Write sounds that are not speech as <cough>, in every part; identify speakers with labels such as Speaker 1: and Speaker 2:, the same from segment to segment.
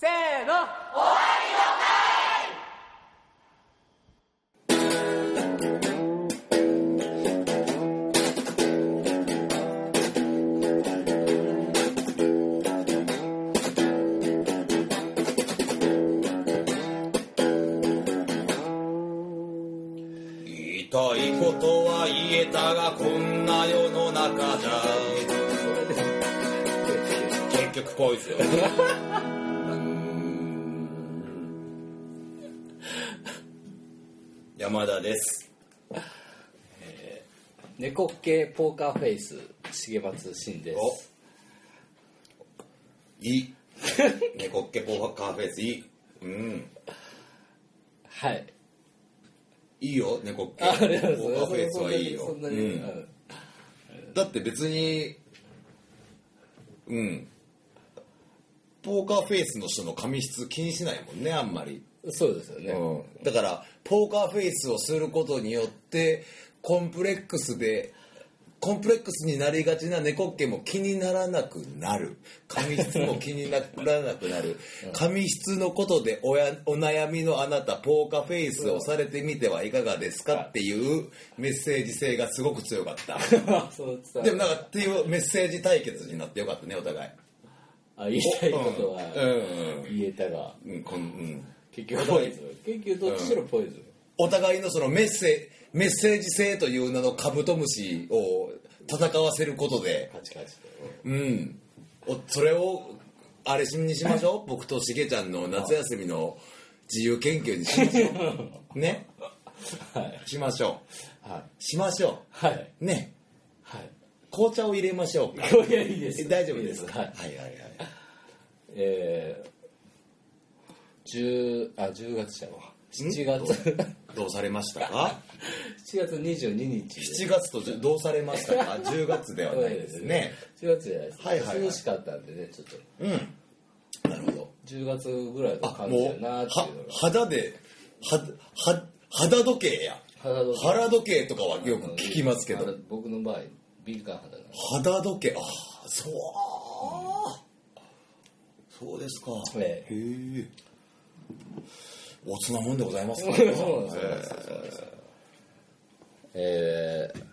Speaker 1: ーの
Speaker 2: 言いたいことは言えたがこんな世の中じゃ結局ポイズン <laughs> 山田です
Speaker 3: 猫系ポーカーフェイス重松真です
Speaker 2: おいい猫っけポーカーフェイスいいうん
Speaker 3: はい
Speaker 2: いいよ猫っけポ
Speaker 3: あありが
Speaker 2: ーカ
Speaker 3: とう
Speaker 2: ー
Speaker 3: ございます
Speaker 2: フェイスはいいよ
Speaker 3: そんなに
Speaker 2: う
Speaker 3: そんなに
Speaker 2: んだって別にうんポーカーフェイスの人の髪質気にしないもんねあんまり、
Speaker 3: うんそうですよね、
Speaker 2: うん、だからポーカーフェイスをすることによってコンプレックスでコンプレックスになりがちな猫っ毛も気にならなくなる髪質も気にならなくなる髪質のことでおやお悩みのあなたポーカーフェイスをされてみてはいかがですかっていうメッセージ性がすごく強か <laughs> った。
Speaker 3: <laughs> そうさ
Speaker 2: でもなんかっていうメッセージ対決になってよかったねお互い
Speaker 3: あ言いたいこと
Speaker 2: うん
Speaker 3: は言えたが、
Speaker 2: うんうんこんうん
Speaker 3: 結局
Speaker 2: ポ
Speaker 3: ポ
Speaker 2: イ
Speaker 3: イ
Speaker 2: ズ
Speaker 3: ズン結局どっちしろポイズン、
Speaker 2: お互いのそのメッセメッセージ性という名のカブトムシを戦わせることで
Speaker 3: カチカチと
Speaker 2: うんおそれをあれしにしましょ
Speaker 3: <laughs>
Speaker 2: う僕としげちゃんの夏休みの自由研究にしましょうね
Speaker 3: はい
Speaker 2: しましょ
Speaker 3: はいう
Speaker 2: しましょ
Speaker 3: はい、
Speaker 2: うね
Speaker 3: はい
Speaker 2: 紅茶を入れましょうか
Speaker 3: これはいいです
Speaker 2: 大丈夫ですか
Speaker 3: はい
Speaker 2: はいはいはい
Speaker 3: えー、10あ10月じゃん7月 <laughs> 7
Speaker 2: どうされましたか
Speaker 3: 月22日です
Speaker 2: 7月とじゅどうされましたか
Speaker 3: <laughs>
Speaker 2: 10月ではないですね
Speaker 3: 7月じゃないですか、
Speaker 2: はいはいはい
Speaker 3: 涼しかったんでねちょっと
Speaker 2: うんなるほど
Speaker 3: 10月ぐらいの
Speaker 2: あ
Speaker 3: 感じ
Speaker 2: も
Speaker 3: や
Speaker 2: う
Speaker 3: な
Speaker 2: は
Speaker 3: っていうのが
Speaker 2: 肌ではは肌時計や
Speaker 3: 肌時計
Speaker 2: 腹時計とかはよく聞きますけ
Speaker 3: あの
Speaker 2: ど
Speaker 3: 僕の場合敏感肌なんで
Speaker 2: 肌時計ああそう、そうですか
Speaker 3: ええ
Speaker 2: へえおつなもんでございます
Speaker 3: <laughs>
Speaker 2: か
Speaker 3: そうなんですよそうなんですよえー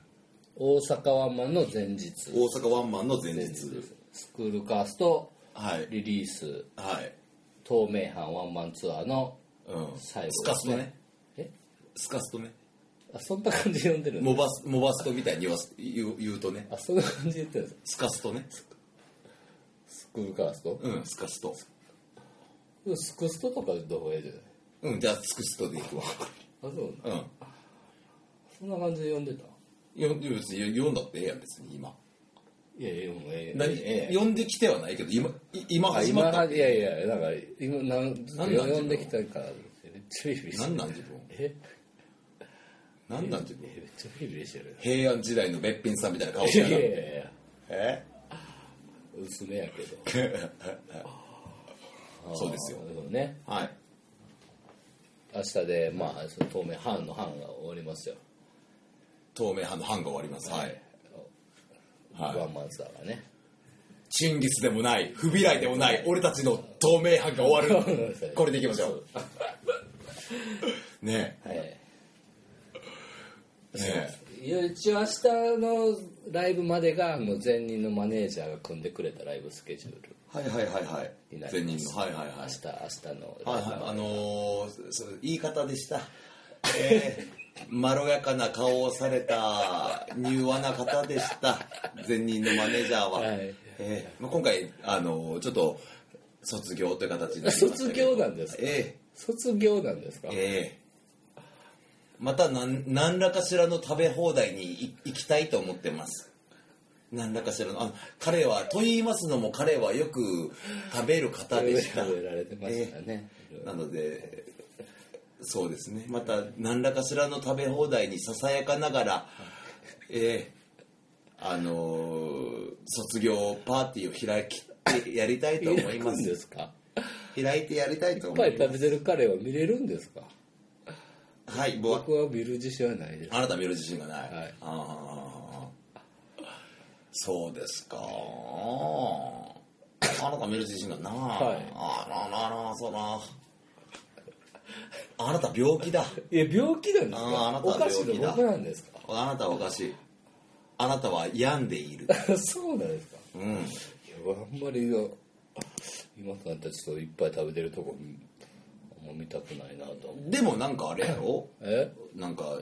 Speaker 3: 大阪ワンマンの前日
Speaker 2: 大阪ワンマンの前日
Speaker 3: 前日ですスクールカースト
Speaker 2: はい
Speaker 3: リリース
Speaker 2: はい、
Speaker 3: 透明版ワンマンツアーの
Speaker 2: うん、
Speaker 3: 最後
Speaker 2: スカストね
Speaker 3: え
Speaker 2: スカストね
Speaker 3: あそんな感じで呼んでるん
Speaker 2: モバスモバストみたいに言わす言う言うとね
Speaker 3: あそんな感じで言ってるんですか
Speaker 2: スカストね
Speaker 3: スクールカースト、
Speaker 2: うんスカスト
Speaker 3: スクストとかどこがいいじゃない
Speaker 2: うんじゃあスクストでいくわ
Speaker 3: あそう
Speaker 2: うん
Speaker 3: そんな感じで呼んでた
Speaker 2: よ別に読んだってええやん別に今
Speaker 3: いやいやもうええ
Speaker 2: 何、
Speaker 3: ええ
Speaker 2: 読んできてはないけど今い今
Speaker 3: あ
Speaker 2: 始
Speaker 3: 今
Speaker 2: まった
Speaker 3: は、いやいや、なんか、今、なん、ずっと
Speaker 2: なんなん
Speaker 3: 呼んできたから、めっちゃビビりして
Speaker 2: 何
Speaker 3: る。
Speaker 2: なん自分
Speaker 3: え
Speaker 2: 何なん自分
Speaker 3: えめっちゃビビりしてる。
Speaker 2: 平安時代のべっぴんさんみたいな顔し
Speaker 3: い
Speaker 2: て
Speaker 3: やいや
Speaker 2: る
Speaker 3: いや、
Speaker 2: え
Speaker 3: 薄めやけど。
Speaker 2: <laughs> そうですよ
Speaker 3: あー。でもね、
Speaker 2: はい
Speaker 3: 明日で、まあ、その当面、半の半が終わりますよ。
Speaker 2: 透明派の班が終わりますはい、はい
Speaker 3: ワンマンさんがね。
Speaker 2: チンギスでもない不備来でもない俺たちの透明派が終わるこれでいきましょ <laughs> うね
Speaker 3: はい。
Speaker 2: えね
Speaker 3: いや一応明日のライブまでがあの前任のマネージャーが組んでくれたライブスケジュール
Speaker 2: えはいはいはいはい
Speaker 3: になります
Speaker 2: 前任のはいはいは
Speaker 3: 明
Speaker 2: い
Speaker 3: 日明日の
Speaker 2: はいはい、あのーそそう言い方で
Speaker 3: <laughs>
Speaker 2: した、えーまろやかな顔をされた柔和な方でした前任のマネージャーは、
Speaker 3: はい
Speaker 2: えーまあ、今回、あのーちょっと卒業という形になりましたけど
Speaker 3: 卒業なんですか
Speaker 2: え
Speaker 3: 卒業なんですか
Speaker 2: えええまた何何らかしらの食べ放題にい行きたいと思ってます何らかしらのあの彼はと言いますのも彼はよく食べる方でした
Speaker 3: 食べられてましたね、
Speaker 2: なのでそうですねまた何らかしらの食べ放題にささやかながら、えーあのー卒業パーティーを開きやりたいと思い
Speaker 3: い
Speaker 2: ま
Speaker 3: ますすですか
Speaker 2: 開いてやりたいと
Speaker 3: いっ
Speaker 2: 思
Speaker 3: ぱ
Speaker 2: い
Speaker 3: い
Speaker 2: ま
Speaker 3: 食べてる彼は見れるんですか
Speaker 2: すはい僕は
Speaker 3: 僕は見る自信はないです
Speaker 2: あなた見る自信がない、
Speaker 3: はい
Speaker 2: ああそうですかなかなかメル自信がなあ、
Speaker 3: はい
Speaker 2: あらららそうなあなた病気だ
Speaker 3: いや病気なんです
Speaker 2: あーあな
Speaker 3: か
Speaker 2: た
Speaker 3: お
Speaker 2: は
Speaker 3: かしい
Speaker 2: 病気
Speaker 3: の
Speaker 2: だ
Speaker 3: 僕なんですか
Speaker 2: あなたはおかしいあなたは病んでいる
Speaker 3: <laughs> そうなんですか
Speaker 2: うん
Speaker 3: いやあんまり今今となったらちょっといっぱい食べてるとこあんま見たくないなと思う
Speaker 2: でもなんかあれやろ
Speaker 3: え
Speaker 2: なんか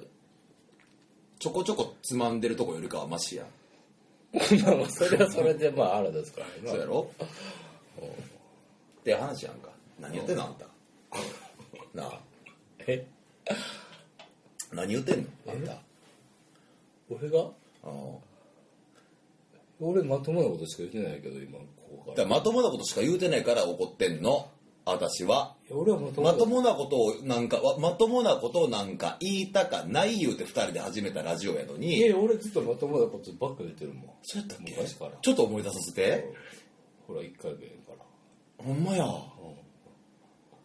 Speaker 2: ちょこちょこつまんでるとこよりかはマシやん
Speaker 3: まあまあそれはそれでまああるですから
Speaker 2: そうや
Speaker 3: ね
Speaker 2: ろって話やんか何言ってんのあんたなあ
Speaker 3: え
Speaker 2: 何言ってんのあんた
Speaker 3: 俺が
Speaker 2: うん
Speaker 3: 俺まともなことしか言ってないけど今ここ
Speaker 2: だ
Speaker 3: か
Speaker 2: かららまともなことしか言うてないから怒ってんの私はい
Speaker 3: や俺はまとも
Speaker 2: ま
Speaker 3: な
Speaker 2: ともなことをなんかわまともなことをなんか言いたかない言うて2人で始めたラジオやの
Speaker 3: い
Speaker 2: に
Speaker 3: や俺ずっとまともなことばっか言ってるもん
Speaker 2: そうやったっけ
Speaker 3: 昔から
Speaker 2: ちょっと思い出させて
Speaker 3: ほら一回目やから
Speaker 2: ほんまや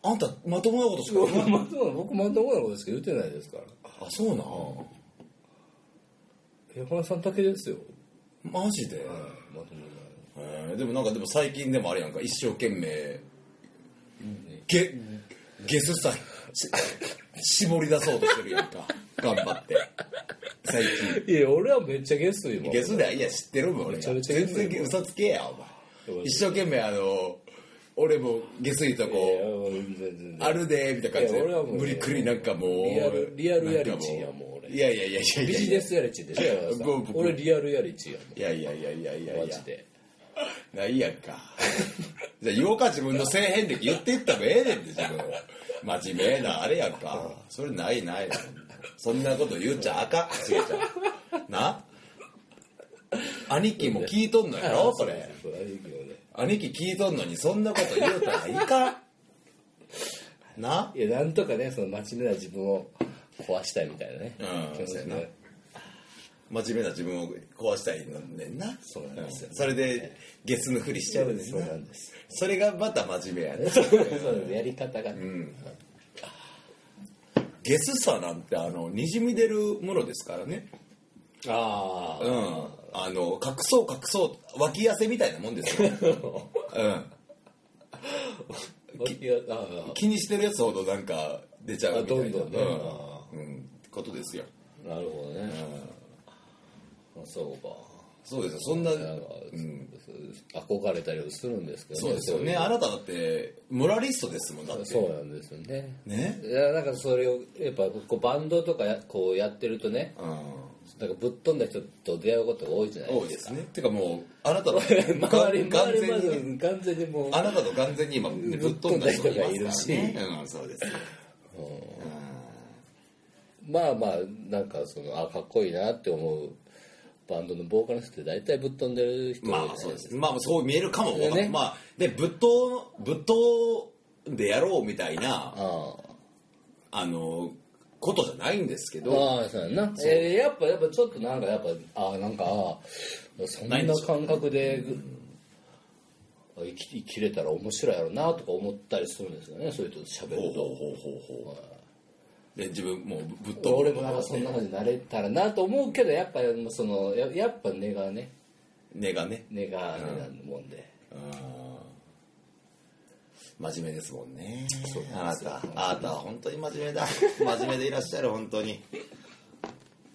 Speaker 2: あんたまともなことしか言う
Speaker 3: <laughs> まともな僕まともなことしか言ってないですから
Speaker 2: あそうなん
Speaker 3: 山田さんだけですよ
Speaker 2: マジで、
Speaker 3: まともな
Speaker 2: えーでもなんかでも最近でもあれやんか一生懸命ゲゲスさし絞り出そうとしてるやんか頑張って最近
Speaker 3: いや俺はめっちゃゲス今
Speaker 2: ゲスだいや知ってるもん俺
Speaker 3: めちゃ
Speaker 2: が
Speaker 3: めちゃゲス
Speaker 2: 全然嘘つけやお
Speaker 3: いや
Speaker 2: 前一生懸命あの俺もゲスいと
Speaker 3: いや
Speaker 2: こ
Speaker 3: 全然全然
Speaker 2: あるでみたいな感じ
Speaker 3: いや俺
Speaker 2: で
Speaker 3: はもうね
Speaker 2: 無理くりなんかもう
Speaker 3: リアルリアルやりちんや
Speaker 2: や
Speaker 3: もう俺
Speaker 2: いやいやいやいやい
Speaker 3: ビ
Speaker 2: や
Speaker 3: ジネスやりちんでしょ
Speaker 2: いや
Speaker 3: 山田さん
Speaker 2: ご僕
Speaker 3: 俺リアルやりちんや
Speaker 2: いやいやいやいやいや
Speaker 3: もん
Speaker 2: い
Speaker 3: マ
Speaker 2: や
Speaker 3: ジで
Speaker 2: ないやんか。じゃあ言おうか自分の性変歴言っていったらええねんで自分。真面目なあれやんか。それないない。そんなこと言っちゃあかん、しげちゃん。な兄貴も聞いとんのやろそれ。
Speaker 3: そうそう兄貴もね
Speaker 2: 兄貴聞いとんのにそんなこと言うたらいかん。ない
Speaker 3: やなんとかねその真面目な自分を壊したいみたいなね
Speaker 2: うん
Speaker 3: 気持ち
Speaker 2: そうやな
Speaker 3: で
Speaker 2: 真面目な自分を壊したいのねんな。
Speaker 3: そうなんですよ
Speaker 2: それで、ゲスのふりしちゃうんです
Speaker 3: そうなんです
Speaker 2: それがまた真面目やね。
Speaker 3: そうですやり方が
Speaker 2: ゲスさなんてあのにじみ出るものですからね、
Speaker 3: あ
Speaker 2: うん、あの隠そう隠そう脇汗みたいなもんで
Speaker 3: <laughs>
Speaker 2: すよ、うん、
Speaker 3: あいやああ
Speaker 2: 気にしてるやつほどなんか出ちゃうみたいな
Speaker 3: あどんどんね
Speaker 2: うんうんことですよ
Speaker 3: なるほどね、あそうか
Speaker 2: そうですよそんな、
Speaker 3: なんか、
Speaker 2: うん、
Speaker 3: 憧れたりはするんですけど
Speaker 2: そうですよ
Speaker 3: い
Speaker 2: ねあなただってモラリストですもんだって
Speaker 3: そうなんですよね
Speaker 2: ね
Speaker 3: いやなんかそれをやっぱこうバンドとかやこうやってるとね
Speaker 2: うん
Speaker 3: なんかぶっ飛んだ人と出会うことが多いじゃない
Speaker 2: 多い
Speaker 3: で
Speaker 2: ですすねてかもうあなたの
Speaker 3: か <laughs> 周り
Speaker 2: 完
Speaker 3: 周りま
Speaker 2: 全
Speaker 3: ず
Speaker 2: に
Speaker 3: 完全にもう
Speaker 2: あなたと完全に今ぶっ飛んだ人がいますからね
Speaker 3: ぶっ飛んだ人がいる
Speaker 2: うん、そうですよ
Speaker 3: まあまあなんかそのあかっこいいなって思うバンドのボーカルの人って大体ぶっ飛んでる人
Speaker 2: ま
Speaker 3: 多
Speaker 2: あ
Speaker 3: いじ
Speaker 2: そ
Speaker 3: ゃ
Speaker 2: う
Speaker 3: ない
Speaker 2: ですすまあそう見えるかもわかんない
Speaker 3: ね
Speaker 2: まあでぶっとぶっとでやろうみたいな
Speaker 3: かああ
Speaker 2: あのことじゃないんですけど
Speaker 3: ああそうやなえーやっぱやっぱちょっとなんかやっぱああなんかああそんな感覚であ生き生きれたら面白いやろうなとか思ったりするんですよねそういう人と喋
Speaker 2: ほう
Speaker 3: る
Speaker 2: ほう
Speaker 3: と
Speaker 2: ほうほうほうで自分もうぶっと
Speaker 3: 俺もなんかそんな感じになれたらなと思うけどやっぱそのややっぱ根がね
Speaker 2: 根がね
Speaker 3: 根が根なもんで、
Speaker 2: うん真面目ですもんねあなたあなたは本当に真面目だ真面目でいらっしゃる本当に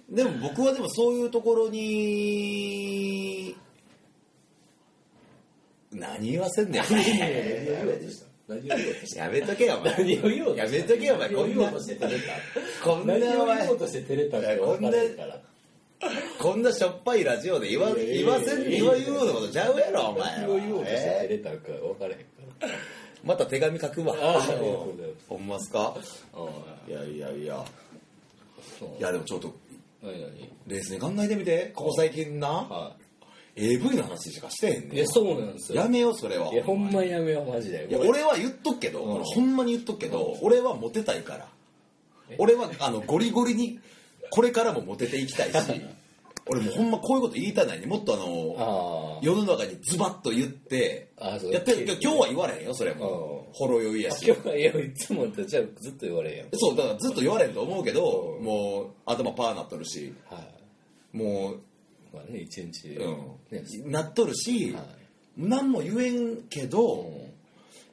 Speaker 2: でも僕はでもそういうところに何言わせんねん
Speaker 3: 何を言おうとし
Speaker 2: やめとけよお前
Speaker 3: 何を言おうと
Speaker 2: やめとけよお前
Speaker 3: 何を
Speaker 2: こん
Speaker 3: 言お
Speaker 2: な
Speaker 3: うとして照れた
Speaker 2: こんな
Speaker 3: 何を
Speaker 2: お前
Speaker 3: 言おうとして照れたって分からへんから
Speaker 2: こんなしょっぱいラジオで言わ
Speaker 3: いやいやい
Speaker 2: 言
Speaker 3: や
Speaker 2: わせん言わ言うのことちゃうやろお前
Speaker 3: 何
Speaker 2: は
Speaker 3: を言おうとして照
Speaker 2: え
Speaker 3: れたか分からへんから
Speaker 2: ーまた手紙書くわ
Speaker 3: あありがとうございます
Speaker 2: ほんますか
Speaker 3: あ
Speaker 2: いやいやいや
Speaker 3: そう
Speaker 2: いやでもちょっと
Speaker 3: 何何
Speaker 2: 冷静に考えてみてここ最近な
Speaker 3: は
Speaker 2: AV の話しかしてへん
Speaker 3: い、い
Speaker 2: ね
Speaker 3: や
Speaker 2: ん
Speaker 3: そうなんですよ
Speaker 2: やめようそれはい
Speaker 3: やほんまにやめようマジで
Speaker 2: いや俺は言っとくけど、
Speaker 3: うん
Speaker 2: ほんまに言っとくけど、俺はモテたいから
Speaker 3: え
Speaker 2: 俺はあのゴリゴリにこれからもモテていきた
Speaker 3: <laughs>
Speaker 2: いし俺もうほんまこういうこと言いたないにもっとあの
Speaker 3: ああ
Speaker 2: 世の中にズバッと言って
Speaker 3: あそう
Speaker 2: やって
Speaker 3: 綺麗に
Speaker 2: 今日は言われへんよそれも
Speaker 3: う
Speaker 2: ほろ酔いやし
Speaker 3: 今日はいやいつもとじゃあずっと言われんやん
Speaker 2: そうだからずっと言われんと思うけど、もう頭パーなっとるし
Speaker 3: はい、
Speaker 2: も
Speaker 3: まあね一日、
Speaker 2: う、うん
Speaker 3: ね
Speaker 2: なっとるし、
Speaker 3: はい
Speaker 2: 何も言えんけど、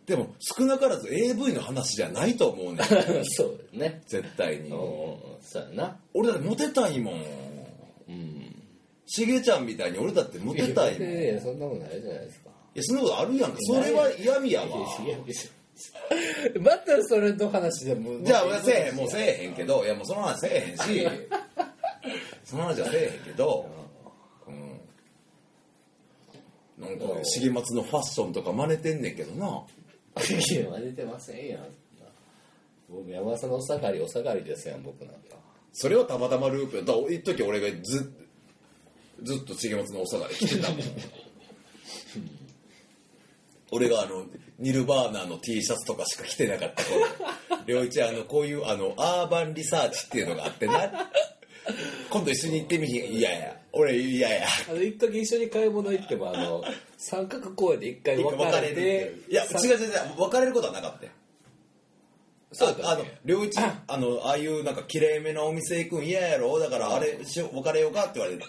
Speaker 2: でも少なからず AV の話じゃない
Speaker 3: <laughs>
Speaker 2: と思うねん
Speaker 3: そうだね
Speaker 2: 絶対に
Speaker 3: うんそうやな
Speaker 2: 俺だってモテたいもんしげちゃんみたいに俺だってモテたいもんい
Speaker 3: いやいやそんなことないじゃないですか
Speaker 2: やそんなことあるやんかそれは嫌味やわ
Speaker 3: いやいやいやまたそれの話でも
Speaker 2: じゃあ俺はせえへんもうせえへんけどいやもうその話せえへんしその話はせえへんけどうんなんか重松のファッションとか真似てんねんけどない
Speaker 3: や真似てませんやん僕山田さんのお下がりお下がりですやん僕なんか
Speaker 2: それはたまたまループやだから一時俺がずずっと重松のお下がり着てたも
Speaker 3: <laughs>
Speaker 2: ん俺があのニルバーナーの T シャツとかしか着てなかった頃良一あのこういうあのアーバンリサーチっていうのがあってな今度一緒に行ってみひんいやいや俺いやいや
Speaker 3: あの一回一緒に買い物行ってもあの三角公園で一回別
Speaker 2: 別
Speaker 3: れて
Speaker 2: れるいや
Speaker 3: さ
Speaker 2: 違う違う違う別れることはなかったよ
Speaker 3: そうだ
Speaker 2: ああ
Speaker 3: っ
Speaker 2: の良一あのああいうなんか綺麗めなお店行くん嫌やろだからあれしよう別れようかって言われて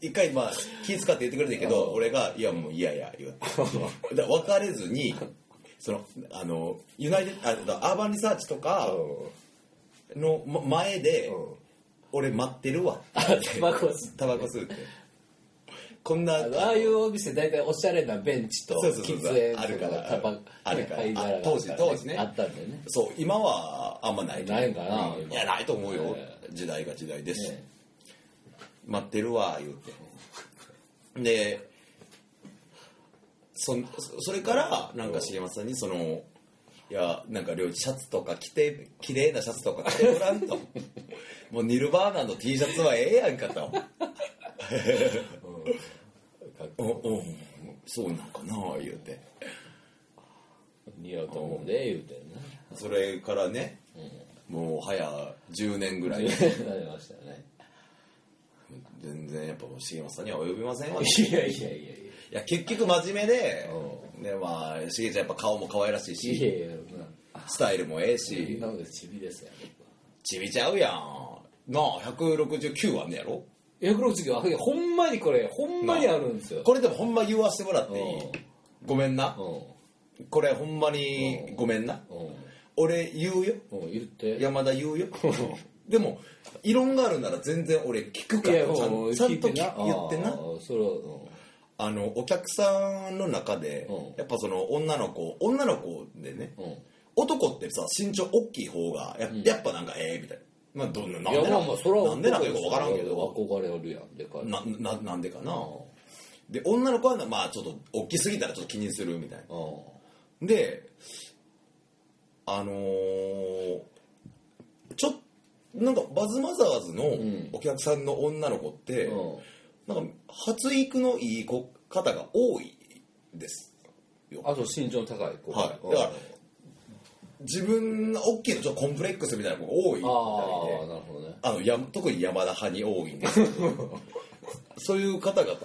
Speaker 2: 一回まあ気遣って言ってくれたけど俺が「いやもう嫌や」言う
Speaker 3: <laughs>
Speaker 2: てだから別れずにそのあのユナイテッドあアーバンリサーチと
Speaker 3: た
Speaker 2: か
Speaker 3: よ
Speaker 2: のま前で
Speaker 3: うん
Speaker 2: 「俺待ってるわ」
Speaker 3: タバコ吸って
Speaker 2: タバコ吸うってこんな
Speaker 3: あのああいうお店大体おしゃれなベンチと
Speaker 2: そうそうそう
Speaker 3: 喫煙
Speaker 2: あるから
Speaker 3: タバ
Speaker 2: あるから
Speaker 3: ね灰皿があ
Speaker 2: 当時当時ね
Speaker 3: あったんだよね
Speaker 2: そう今はあんまないと思う
Speaker 3: ないんかな
Speaker 2: うんいやないと思うよ、
Speaker 3: え
Speaker 2: 時代が時代ですし、
Speaker 3: ね
Speaker 2: 待ってるわ言うてでそそそれからなんか重松さんにそのいやなんか両一シャツとか着て綺麗なシャツとか着てご
Speaker 3: <laughs>
Speaker 2: らんともうニルバーナの T シャツはええやんかと
Speaker 3: かっこ
Speaker 2: <laughs> おおそうなんかな言うて
Speaker 3: 似合うと思うで言うてね
Speaker 2: それからね、もう早10年ぐらい
Speaker 3: <laughs> なりましたね
Speaker 2: 全然やっぱもう重松さんには及びませんわ
Speaker 3: いやいやいやい
Speaker 2: いや結局真面目で、でまあしげちゃんやっぱ顔も可愛らしい
Speaker 3: やい
Speaker 2: し
Speaker 3: やいや
Speaker 2: スタイルもええ
Speaker 3: みん
Speaker 2: し
Speaker 3: なのでチビですよ
Speaker 2: ちびちゃうやんなあ169あんねやろ
Speaker 3: 169あいやほんまにこれほんまにあるんですよ
Speaker 2: これでもほんま言わせてもらっていい
Speaker 3: うん
Speaker 2: ごめんな
Speaker 3: う
Speaker 2: これほんまにごめんなん
Speaker 3: うん
Speaker 2: 俺言うよ
Speaker 3: うん言って
Speaker 2: 山田言うよでも異論があるなら全然俺聞くか
Speaker 3: い
Speaker 2: ら
Speaker 3: や
Speaker 2: ちゃ
Speaker 3: もうん
Speaker 2: ちゃんと
Speaker 3: 聞い
Speaker 2: 聞言って
Speaker 3: あ
Speaker 2: な
Speaker 3: ーそれはうん
Speaker 2: あのお客さんの中で
Speaker 3: うん
Speaker 2: やっぱその女の子女の子でね
Speaker 3: うん
Speaker 2: 男ってさ身長大きい方がや,、やっぱなんかええみたいな、まあ、どんななんで
Speaker 3: いや
Speaker 2: な
Speaker 3: まあまあそれは
Speaker 2: なんでなんかよく分からんけど
Speaker 3: 憧れあるやんでかい
Speaker 2: なななんでかなで女の子はなまあちょっと大きすぎたらちょっと気にするみたい
Speaker 3: うん
Speaker 2: なであのーちょっなんかバズマザーズの
Speaker 3: ん
Speaker 2: お客さんの女の子って、
Speaker 3: うん
Speaker 2: なんか発育のいい子方が多いですよ
Speaker 3: あと身長高い子
Speaker 2: はい
Speaker 3: うん
Speaker 2: だから自分が大きいのちょっとコンプレックスみたいな子が多いみたいで
Speaker 3: ああなるほどね
Speaker 2: あのや特に山田派に多いんです <laughs> けどそういう方々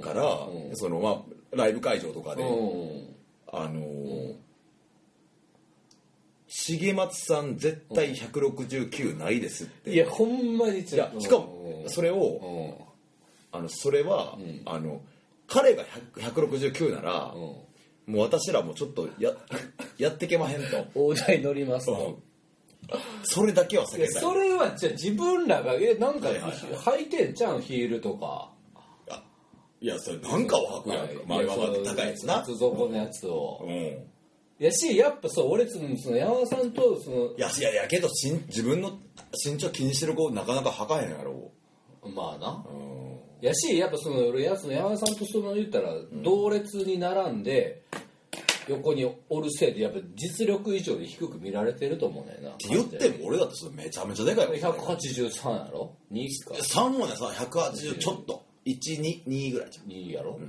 Speaker 2: から、
Speaker 3: うん
Speaker 2: そのまあ、ライブ会場とかで、
Speaker 3: うん
Speaker 2: あのー重松さん絶対169ないですって、
Speaker 3: いやほんまに
Speaker 2: い
Speaker 3: ちょっ
Speaker 2: や
Speaker 3: と
Speaker 2: しかもそれを、
Speaker 3: う
Speaker 2: あのそれは、あの彼が100 169なら、
Speaker 3: んうん
Speaker 2: もう私らもちょっとや <laughs> やってけまへんと、
Speaker 3: 大台乗ります
Speaker 2: う
Speaker 3: と
Speaker 2: んそれだけは避
Speaker 3: いや
Speaker 2: けたい
Speaker 3: それはじゃあ自分らがえなんか
Speaker 2: はいはい
Speaker 3: 履いてんじゃんヒールとか
Speaker 2: あいやそれなんかは履くやんか、まあ
Speaker 3: い
Speaker 2: まあまあ高いやつな
Speaker 3: 靴底のやつを、
Speaker 2: うん
Speaker 3: やしやっぱそう俺そのその山田さんとその
Speaker 2: いやいやいやけどしん自分の身長気にしてる子なかなかはかへんやろ
Speaker 3: まあな
Speaker 2: う、ん、
Speaker 3: やしやっぱその俺やつの山田さんとその言ったら同列に並んで横におるせいでやっぱ実力以上で低く見られてると思うねんな
Speaker 2: って言っても俺だってそれめちゃめちゃでかいわ
Speaker 3: 183やろ2っすか
Speaker 2: 3もねさ180ちょっと122ぐらいじゃん
Speaker 3: いいやろ、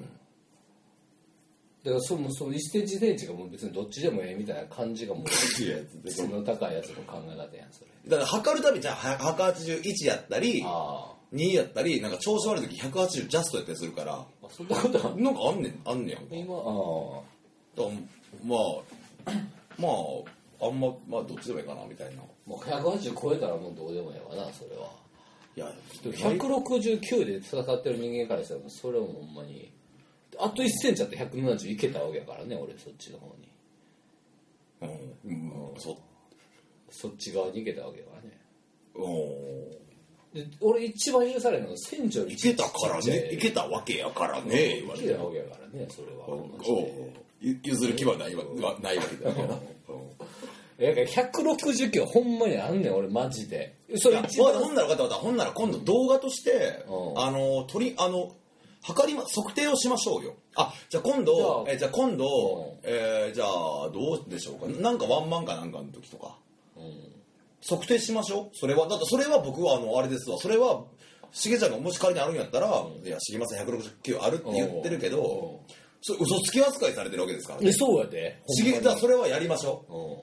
Speaker 3: だからそもそも1センチ1センチがもう別にどっちでもええみたいな感じが
Speaker 2: <laughs>
Speaker 3: もう
Speaker 2: いや
Speaker 3: 質の高いやつの考え方やんそれ
Speaker 2: だから測るたびじゃんは181やったり
Speaker 3: あ
Speaker 2: 2やったりなんか調子悪い時180ジャストやったりするから
Speaker 3: あそんなことあんの
Speaker 2: なんかあんねんあんねやんか
Speaker 3: 今あ
Speaker 2: だからまあまああんままあどっちでもいいかなみたいない
Speaker 3: あもう180超えたらもうどうでもええわなそれは
Speaker 2: や
Speaker 3: でも169で戦ってる人間からしたらそれはもうほんまにあと1センチあって170いけたわけやからね俺そっちの方に
Speaker 2: うん、うん、そ
Speaker 3: そっち側にいけたわけやからね
Speaker 2: うん
Speaker 3: で俺一番許されるのが船長より
Speaker 2: いけたから
Speaker 3: ちっちゃ
Speaker 2: ねいけたわけやからね言われ
Speaker 3: い
Speaker 2: て
Speaker 3: けたわけやからねそれは
Speaker 2: うんうんゆ譲る気はないわはないわけだよなうん
Speaker 3: えだから160キロほんまにあんねん俺マジでそ
Speaker 2: い
Speaker 3: れ
Speaker 2: や
Speaker 3: 一
Speaker 2: ほ
Speaker 3: 番
Speaker 2: んならほんなら分かった分かったほんなら今度動画として、
Speaker 3: うん
Speaker 2: あの取りあの測りま測定をしましょうよあじゃあ今
Speaker 3: じゃあ
Speaker 2: 度えじゃあ今度、
Speaker 3: う
Speaker 2: えーじゃあどうでしょうかなんかワンマンかなんかの時とか、測定しましょうそれはだってそれは僕はあのあれですわそれはしげちゃんがもし仮にあるんやったら「いや知りません169ある」って言ってるけどそれ嘘つき扱いされてるわけですから
Speaker 3: えそうやで
Speaker 2: しげじゃあそれはやりましょう
Speaker 3: うんうん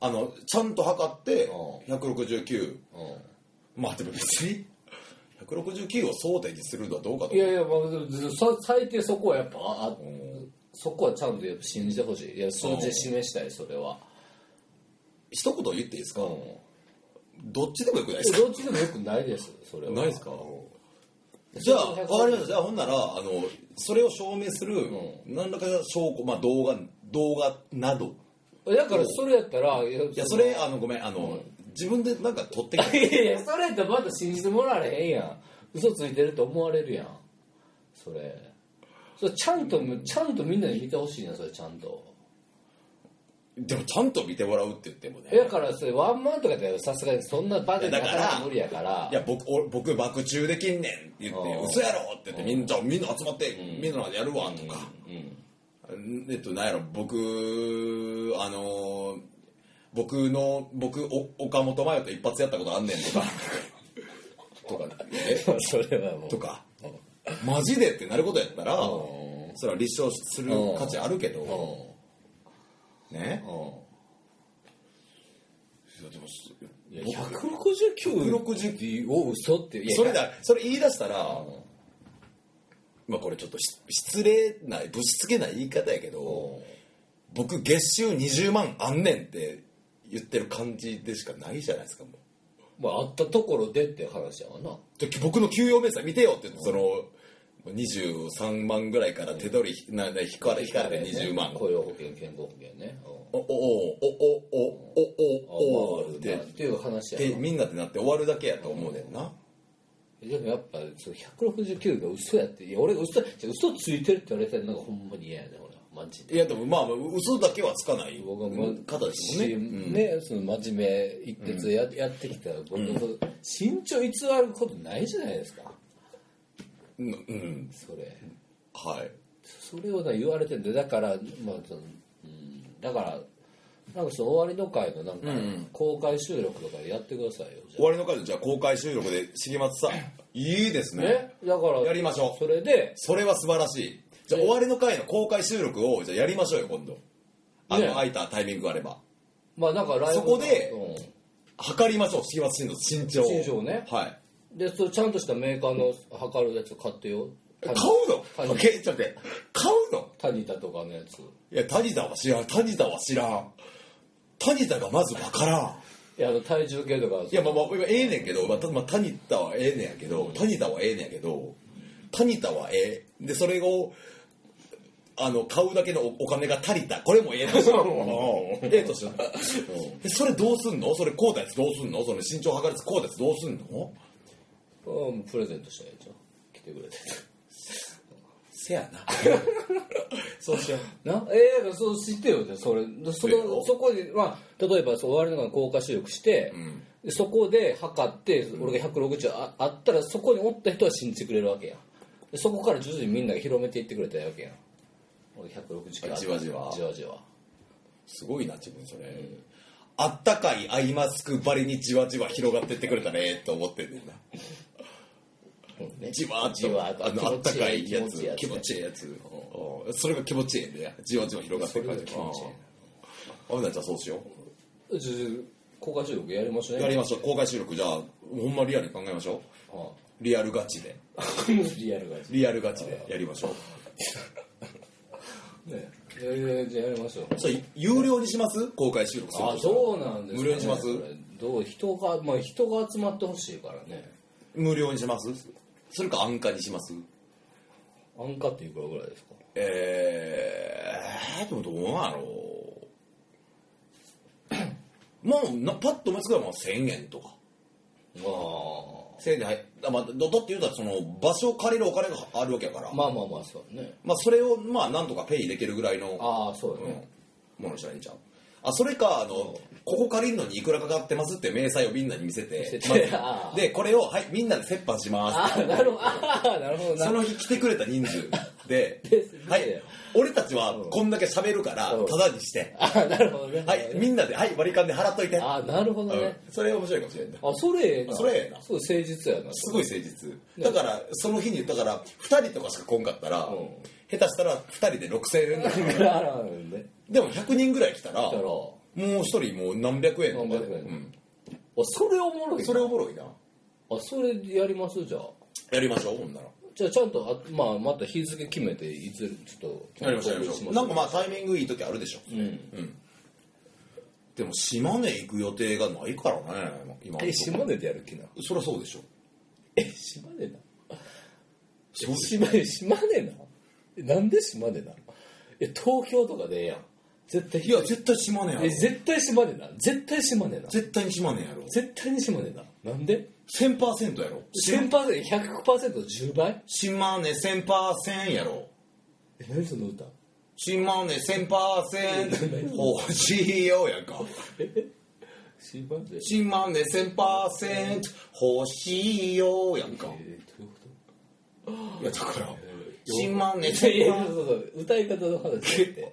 Speaker 2: あのちゃんと測って
Speaker 3: う
Speaker 2: 169まあでも別に169を争点にするのはどうかと
Speaker 3: いやいや、まあ、そ最低そこはやっぱあそこはちゃんとやっぱ信じてほしいいや数字で示したいそれは
Speaker 2: 一言言っていいですか
Speaker 3: うん
Speaker 2: どっちでもよくないですか
Speaker 3: どっちでもよくないですそれは
Speaker 2: じゃあ分かりましたじゃあほんならあのそれを証明する何らかの証拠、まあ、動画動画など
Speaker 3: だからそれやったらいや
Speaker 2: いやそれあのごめんあの、自分でなんか撮ってき <laughs>
Speaker 3: い
Speaker 2: て
Speaker 3: やいやそれやったらまた信じてもらわれへんやん嘘ついてると思われるやんそれそれちゃんとちゃんとみんなに見てほしいなそれちゃんと
Speaker 2: でもちゃんと見てもらうって言ってもね
Speaker 3: だからそれワンマンとかでさすがにそんなバカ
Speaker 2: いやだから
Speaker 3: なか無理やから
Speaker 2: いや僕俺僕爆中できんねんって言って
Speaker 3: うん
Speaker 2: 嘘やろって言ってみんなみんな集まってみんなでやるわとか、んえっとなんやろ僕あのー僕の僕お岡本麻代と一発やったことあんねんとかと
Speaker 3: <laughs>
Speaker 2: かえ
Speaker 3: それはも
Speaker 2: とかマジでってなることやったら
Speaker 3: う
Speaker 2: それは立証する価値あるけど
Speaker 3: う
Speaker 2: ね
Speaker 3: う
Speaker 2: いやでも
Speaker 3: んいや169を嘘っていや
Speaker 2: それだそれ言い出したら、まあこれちょっとし失礼なぶしつけな言い方やけど、僕月収20万あんねんって言ってる感じでしかないじゃないですかもう
Speaker 3: まああったところでって話やわな
Speaker 2: で僕の給与明細見てよって言ってその23万ぐらいから手取りなな引かれ引かれて20万お
Speaker 3: 雇用保険健康保険ねうん
Speaker 2: おおお
Speaker 3: あまあ
Speaker 2: おおおおって
Speaker 3: まあっていう話や
Speaker 2: で
Speaker 3: な
Speaker 2: みんなでなって終わるだけやと思うねんな
Speaker 3: でもやっぱその169が嘘やっていや俺が嘘じゃあ嘘ついてるって言われたらなんかほんまに嫌やね俺はマジで
Speaker 2: いやでもまあ嘘だけはつかない
Speaker 3: 僕はもう
Speaker 2: 方ですもんねうん
Speaker 3: ねその真面目一徹や,、やってきた僕の身長偽ることないじゃないですか
Speaker 2: うんうん
Speaker 3: それ
Speaker 2: はい
Speaker 3: それをな言われてんでだからまあその、うん、だからなんかその終わりの会のなんか公開収録とかでやってくださいよじゃ
Speaker 2: 終わりの回でじゃあ公開収録で重松さん
Speaker 3: <laughs>
Speaker 2: いいです
Speaker 3: あ
Speaker 2: ね
Speaker 3: ねだから
Speaker 2: やりましょう
Speaker 3: それで
Speaker 2: それは素晴らしいじゃあ終わりの回の公開収録をじゃあやりましょうよ今度あの、
Speaker 3: ね
Speaker 2: 空いたタイミングがあれば
Speaker 3: まあなんかライブ
Speaker 2: そこで
Speaker 3: うん
Speaker 2: 測りましょう重松慎の身長を
Speaker 3: 身長をね
Speaker 2: はい
Speaker 3: でそれちゃんとしたメーカーの測るやつ買ってよ
Speaker 2: 買う
Speaker 3: 谷
Speaker 2: のけちょっと待って買うの
Speaker 3: タニタとかのやつ
Speaker 2: いや谷田は知らん谷田は知らん谷田がまずわからん
Speaker 3: いやあの体重計とか
Speaker 2: いやまあまあ今ええねんけど、まあたまあ、谷田はええねんやけど、谷田はええねんやけど谷田はええでそれをあの買うだけのおお金が足りたこれもええな <laughs> ええとしなでそれどうすんのそれこうたやつどうすんのその身長測るやつこうたやつどうすんの
Speaker 3: うんプレゼントしたらいいじゃん来てくれて
Speaker 2: せやなそうしよ
Speaker 3: なええだからそう知ってよじゃあそれそ
Speaker 2: そうやろ
Speaker 3: のそこで、まあ、例えばそう終わりのが公開収録して、でそこで測って俺が160ああったらそこにおった人は信じてくれるわけやでそこから徐々にみんなが広めていってくれたらいいわけや俺160
Speaker 2: じわじわ
Speaker 3: じわじわ
Speaker 2: すごいな自分それ、あったかいアイマスクばりにじわじわ広がってってくれたらええと思ってんねんな
Speaker 3: うんね
Speaker 2: じわーっと
Speaker 3: じわーっと
Speaker 2: あのあったかいやつ
Speaker 3: 気
Speaker 2: 気
Speaker 3: 持
Speaker 2: 持
Speaker 3: ち
Speaker 2: ちいいやつうんそれが気持ちいいねじわじわ広がって
Speaker 3: そ
Speaker 2: る
Speaker 3: れ
Speaker 2: 感
Speaker 3: が
Speaker 2: じ
Speaker 3: 気持ちいい
Speaker 2: あほんならじゃあそうしよ
Speaker 3: じゃあ公開収録やりましょう
Speaker 2: う
Speaker 3: ね
Speaker 2: やりましょう公開収録じゃあほんまリアルに考えましょ
Speaker 3: あ
Speaker 2: うリアルガチで
Speaker 3: あリアルが
Speaker 2: リアルガチでやりましょう
Speaker 3: ねいやいやじゃあやりましょう
Speaker 2: それ有料にします公開収録する
Speaker 3: あ
Speaker 2: としたら
Speaker 3: そうなんですかね
Speaker 2: 無料にします
Speaker 3: これどう人がまあ人が集まってほしいからね
Speaker 2: 無料にしますそれか安価にします
Speaker 3: 安価っていくらぐらいですか
Speaker 2: えー、でもどうなのもう <coughs> なパッと思いつくのはもう1000円とか
Speaker 3: あ
Speaker 2: 1000円で入あまあどどって言うたらその場所を借りるお金があるわけやから
Speaker 3: あまあまあまあそうだね
Speaker 2: まあ、それをまあなんとかペイできるぐらいの
Speaker 3: ああそうだ
Speaker 2: うん
Speaker 3: ね、
Speaker 2: ものにしたらいいんちゃうあそれかあのここ借りるのにいくらかかってますって明細をみんなに見せて
Speaker 3: 見せて
Speaker 2: まず
Speaker 3: あー
Speaker 2: でこれをはいみんなで折半しま
Speaker 3: ああなるほどああなるほど
Speaker 2: すそ
Speaker 3: な
Speaker 2: の日来てくれた人数で
Speaker 3: <laughs> です
Speaker 2: はい俺たちはこんだけ喋るから
Speaker 3: うん
Speaker 2: タダにして
Speaker 3: ああなるほどね
Speaker 2: はいみんなではい割り勘で払っといて
Speaker 3: ああなるほど
Speaker 2: う
Speaker 3: ね、
Speaker 2: んそれ面白いかもしれない
Speaker 3: あそれええな
Speaker 2: それええな
Speaker 3: そう誠実やな
Speaker 2: すごい誠実だからその日にだから2人とかしか来んかったら
Speaker 3: うん
Speaker 2: 下手したら2人で6000円
Speaker 3: いくら払うんで
Speaker 2: でも100人ぐらい来たら
Speaker 3: だから
Speaker 2: もう一人もう何百円とかで、
Speaker 3: 何百円
Speaker 2: うん
Speaker 3: あそれおもろいな
Speaker 2: それおもろいな
Speaker 3: あそれやりますじゃあ
Speaker 2: やりましょうほんなら
Speaker 3: じゃあちゃんとあ、まあ、また日付決めていつちょっと
Speaker 2: やりましょうやりましょうなんかまあタイミングいい時あるでしょ
Speaker 3: うん
Speaker 2: でも島根行く予定がないからね今のとこ
Speaker 3: え島根でやる気な
Speaker 2: そりゃそうでしょ
Speaker 3: え島根な
Speaker 2: そうでし
Speaker 3: 島根島根なえなんで島根なえ東京とかでええやん絶対
Speaker 2: ょいや絶対島根やろ
Speaker 3: え絶対島根な絶対島根な
Speaker 2: 絶対に島根やろ
Speaker 3: 絶対に島根ななんで
Speaker 2: 1000%やろ
Speaker 3: 1000%100%10 倍
Speaker 2: 島根1000%やろ
Speaker 3: え何その歌
Speaker 2: 島根1000%欲 <laughs> しいよやんか
Speaker 3: 島根
Speaker 2: 島根1000%欲しいよやんか
Speaker 3: えどういうこと
Speaker 2: いやだ <laughs> から島根
Speaker 3: いやいやそう
Speaker 2: 1000%
Speaker 3: そう歌い方の話じゃなくて
Speaker 2: うん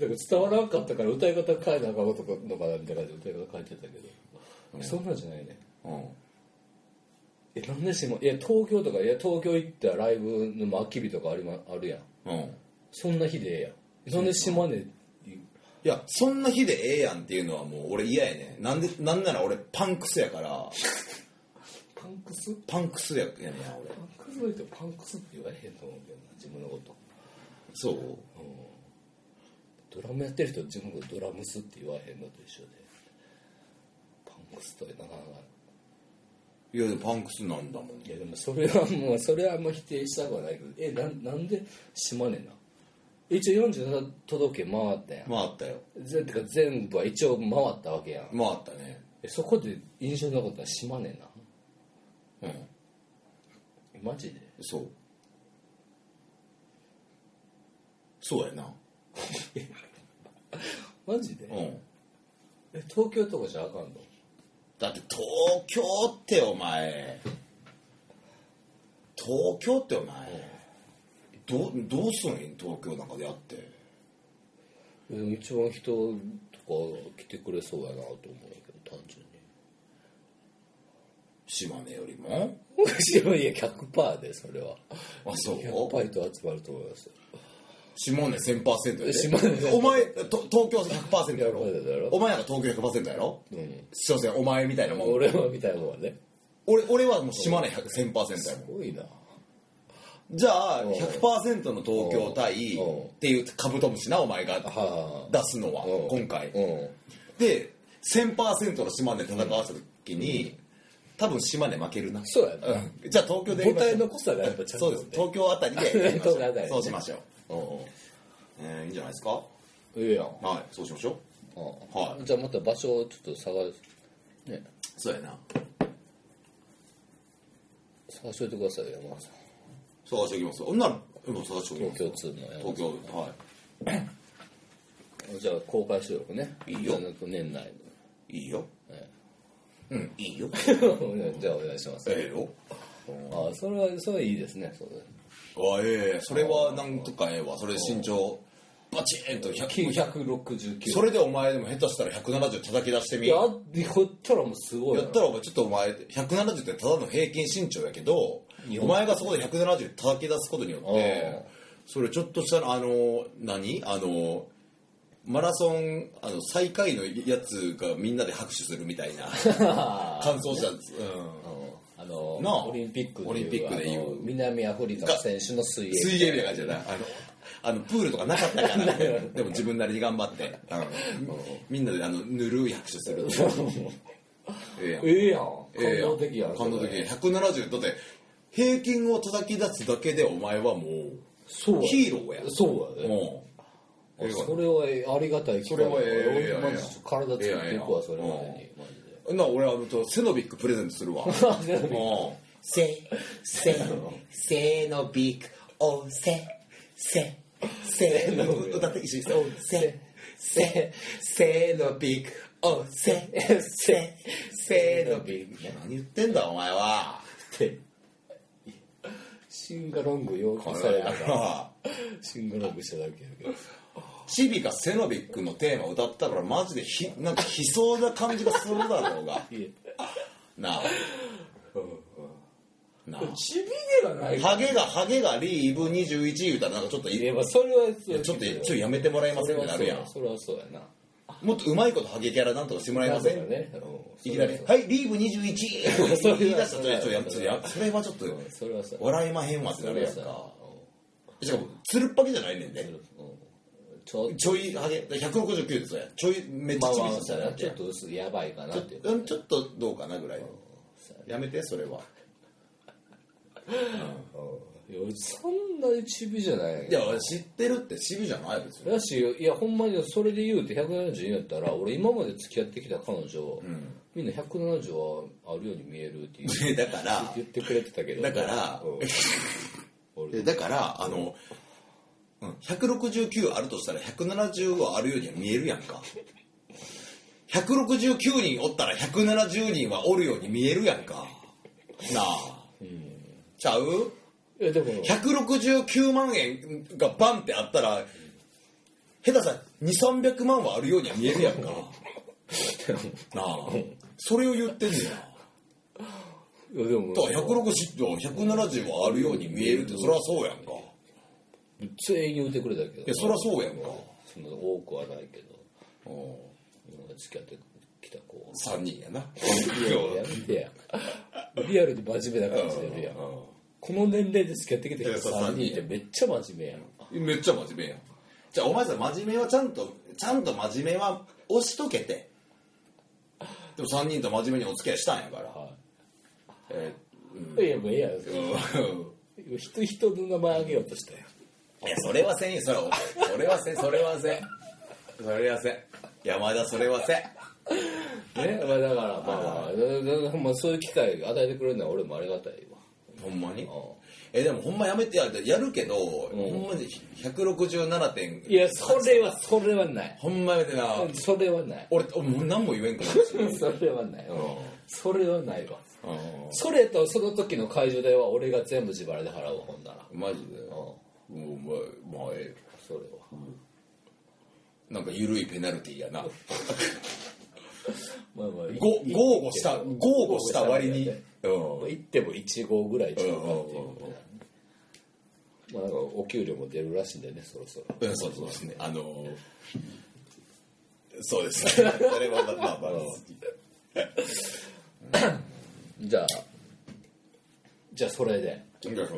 Speaker 3: だから伝わらんかったから歌い方変えなあかんのかなみたいな感じで歌い方変えてたけど、そんなんじゃないね
Speaker 2: うん
Speaker 3: えなんで島いや東京とかいや東京行ったらライブの秋日とかあり、まあるやん
Speaker 2: うん
Speaker 3: そんな日でええやんなんで島根
Speaker 2: いやそんな日でええやんっていうのはもう俺嫌やねなんでなんなら俺パンクスやから
Speaker 3: パンクス
Speaker 2: パンクスややねん俺
Speaker 3: パンクスの人パンクスって言われへんと思うけどな自分のこと
Speaker 2: そう
Speaker 3: ドラムやってる人自分のことドラムスって言わへんのと一緒でパンクスとはなかなか
Speaker 2: いやでもパンクスなんだもん
Speaker 3: いやでもそれはもうそれはあんま否定したくはないけどえなんなんで島根な一応47都道府県回ったやん、
Speaker 2: 回ったよ
Speaker 3: 全てか全部は一応回ったわけやん
Speaker 2: 回ったね
Speaker 3: えそこで印象に残ったのは島根な
Speaker 2: うん
Speaker 3: マジで
Speaker 2: そうそうやな
Speaker 3: マジで
Speaker 2: うん
Speaker 3: え東京とかじゃあかんの
Speaker 2: だって東京ってお前東京ってお前どうどうすんん東京なんかでやって
Speaker 3: えでも一番人とか来てくれそうやなと思うけど単純に
Speaker 2: 島根よりも
Speaker 3: 島 <laughs> 根いや100%でそれは
Speaker 2: あそう
Speaker 3: 100%人集まると思いますよ
Speaker 2: 島根1000%やで
Speaker 3: 島根1000%
Speaker 2: お前と東京100%やろ
Speaker 3: 100%やろ
Speaker 2: お前なんか東京100%やろ
Speaker 3: うん
Speaker 2: すいませんお前みたいなもん
Speaker 3: 俺はみたいなもんはね
Speaker 2: 俺俺はもう島根1000%やもん
Speaker 3: すごいな
Speaker 2: じゃあ
Speaker 3: うん
Speaker 2: 100%の東京対
Speaker 3: うん
Speaker 2: っていうカブトムシなお前が
Speaker 3: は
Speaker 2: 出すのは
Speaker 3: うん
Speaker 2: 今回
Speaker 3: うん
Speaker 2: で1000%の島根戦わせた時に多分島根負けるな
Speaker 3: そうやな
Speaker 2: うんじゃあ東京でやり
Speaker 3: 母
Speaker 2: ましょ
Speaker 3: 体
Speaker 2: う
Speaker 3: の濃さがやっぱちゃん
Speaker 2: そ
Speaker 3: と
Speaker 2: うです東京あたりでやりまし
Speaker 3: <laughs>
Speaker 2: ょ
Speaker 3: 東京あたりで
Speaker 2: う
Speaker 3: ね
Speaker 2: そうしましょう
Speaker 3: うん
Speaker 2: えーいいんじゃないですかは
Speaker 3: ええやん
Speaker 2: いそうしましょう
Speaker 3: は、
Speaker 2: はい
Speaker 3: じゃあまた場所をちょっと探す、ね、
Speaker 2: そうやな
Speaker 3: 探しといてくださいよ山田さん
Speaker 2: 探しておきます女の子も探しておきま
Speaker 3: 東
Speaker 2: す
Speaker 3: 京通の山
Speaker 2: 東京は
Speaker 3: 田じゃあ公開収録ね
Speaker 2: いいよ
Speaker 3: じゃあ年内
Speaker 2: いいいよ
Speaker 3: え
Speaker 2: うんい
Speaker 3: <laughs>
Speaker 2: いよ
Speaker 3: のじゃあお願いします、
Speaker 2: ええよ
Speaker 3: あそれはそれはいいですねそうです
Speaker 2: あええそれはなんとかええわそれ身長バチーンと100
Speaker 3: 969
Speaker 2: それでお前でも下手したら170叩き出してみ
Speaker 3: や
Speaker 2: や
Speaker 3: ほったらもうすごいな
Speaker 2: ったらお前ちょっとお前170ってただの平均身長やけど
Speaker 3: いや
Speaker 2: お前がそこで170叩き出すことによっ
Speaker 3: ああ
Speaker 2: てそれちょっとしたらあの何あのマラソンあの最下位のやつがみんなで拍手するみたい
Speaker 3: <laughs>
Speaker 2: な感想したやつ、うん
Speaker 3: あの
Speaker 2: なあ
Speaker 3: オリンピックでいう
Speaker 2: オリンピックでいう
Speaker 3: あの南アフリカの選手の水泳
Speaker 2: 水泳みたいな感じじゃないあのあのプールとかなかったからでも自分なりに頑張って、うんみんなであのぬるい拍手す
Speaker 3: <laughs>
Speaker 2: るええやん
Speaker 3: ええやん
Speaker 2: ええ
Speaker 3: 感動的やん、
Speaker 2: 感動的170だって平均を叩き出すだけでお前はも
Speaker 3: そう
Speaker 2: うヒーローや
Speaker 3: そうやね
Speaker 2: もうええわ
Speaker 3: それはえありがたい機会だ
Speaker 2: それはええ
Speaker 3: 俺
Speaker 2: ええええ
Speaker 3: マジちょっと体つけていくわ
Speaker 2: ええええ
Speaker 3: それまでにマジで
Speaker 2: な俺あのちょセノビックプレゼントするわ
Speaker 3: <laughs> セノビック
Speaker 2: うん
Speaker 1: せ、せ、せーのビッグ、おせ、せ、せーの、
Speaker 2: <laughs>
Speaker 1: 歌って一緒にせ、おせ、せ、せーのビッグ、おせ、せ、せーのビッグ。
Speaker 2: 何言ってんだお前は
Speaker 3: ってシンガロング要求さ
Speaker 2: <laughs>
Speaker 3: れたからシンガロングしただけやけど
Speaker 2: チビがセノビックのテーマ歌ったからマジでひなんか悲壮な感じがするだろ
Speaker 3: <laughs>
Speaker 2: うが
Speaker 3: いえ
Speaker 2: なあなあ
Speaker 3: ちびではない
Speaker 2: ハゲがハゲがリーブ21言うたらなんかちょっとい
Speaker 3: いやまあそれはそう
Speaker 2: ちょっとちょっとやめてもらえま
Speaker 3: そ
Speaker 2: せ
Speaker 3: れ
Speaker 2: んって
Speaker 3: は
Speaker 2: な
Speaker 3: そう
Speaker 2: る
Speaker 3: や
Speaker 2: やん
Speaker 3: それはそうやな
Speaker 2: もっとうまいことハゲキャラなんとかしてもらえません
Speaker 3: なんかねうん
Speaker 2: いきなり「
Speaker 3: そ
Speaker 2: はいリーブ21」
Speaker 3: <laughs> それは
Speaker 2: 言い出したらちょっとや
Speaker 3: そ
Speaker 2: そ
Speaker 3: れ
Speaker 2: れ
Speaker 3: は
Speaker 2: それはちょっと
Speaker 3: れはそれはそうや
Speaker 2: 笑えまへんわってなるやん
Speaker 3: それは
Speaker 2: かしかもつるっぱげじゃないね
Speaker 3: そ
Speaker 2: ん
Speaker 3: う
Speaker 2: ね
Speaker 3: やうんちょっ
Speaker 2: ちょいハゲ169ですよちょいめっち
Speaker 3: と
Speaker 2: ゃ
Speaker 3: まあ
Speaker 2: チビ
Speaker 3: まあ
Speaker 2: した
Speaker 3: そうや
Speaker 2: や
Speaker 3: なちょっと薄いやばいかなっていう
Speaker 2: うんちょっとどうかなぐらいやめてそれは
Speaker 3: うんいや俺そんなにちびじゃない
Speaker 2: いや俺知ってるってチビじゃない別に
Speaker 3: だしいやほんまにそれで言うて170やったら俺今まで付き合ってきた彼女、みんな170はあるように見えるっ
Speaker 2: <laughs>
Speaker 3: ていう
Speaker 2: だから
Speaker 3: 言ってくれてたけど
Speaker 2: だから
Speaker 3: うん
Speaker 2: えだからあの、うん、169あるとしたら170はあるようには見えるやんか169人おったら170人はおるように見えるやんかなあ、ちゃう
Speaker 3: いやでも
Speaker 2: 169万円がバンってあったら下手さ2300万はあるようには見えるや <laughs> んかなあそれを言ってんねん
Speaker 3: いやでも
Speaker 2: だから160と170はあるように見えるってそりゃそうやんか
Speaker 3: 全員言うてくれたけど
Speaker 2: いやそりゃそうやんか
Speaker 3: そんな多くはないけど
Speaker 2: うん
Speaker 3: 今まで付き合ってきた子は
Speaker 2: 3人やな
Speaker 3: やめてやリアルで真面目な感じでやるやんこの年齢で付き合ってきた人3人ってめっちゃ真面目やん
Speaker 2: めっちゃ真面目やんじゃあお前さ真面目はちゃんとちゃんと真面目は押しとけてでも3人と真面目にお付き合いしたんやから
Speaker 3: は
Speaker 2: え
Speaker 3: いいやもうええやん
Speaker 2: ー
Speaker 3: 人人の名前あげようとしたやん
Speaker 2: いやそれはせんよそれはそれはせんそれはせんそれはせん山田それはせん
Speaker 3: ね、まあだから、まあまあ、だだほんまそういう機会与えてくれるのは俺もありがたいわ。
Speaker 2: ほんまに
Speaker 3: う
Speaker 2: えでもほんまやめてややるけど、ほんまに167点
Speaker 3: んいや、それは、それはない。
Speaker 2: ほんまやめてな
Speaker 3: それはない。
Speaker 2: 俺おもう何も言えんから
Speaker 3: それはない。それはないわ。
Speaker 2: うん
Speaker 3: それとその時の会場代は俺が全部自腹で払うわ、ほんなら。
Speaker 2: マジでもうまあまあええ
Speaker 3: それは。
Speaker 2: なんか緩いペナルティーやな
Speaker 3: まあまあ、
Speaker 2: ご
Speaker 3: い
Speaker 2: 豪語した豪語した割にうん
Speaker 3: 行っても1号ぐらい違うかっていうね。まあ、なんかお給料も出るらしいんだよね、そろそろ。
Speaker 2: うんそうそうですねあのー <laughs> そうですね <laughs> それはまあまあまあ
Speaker 3: じゃあ、じゃあそれで。
Speaker 2: それでそ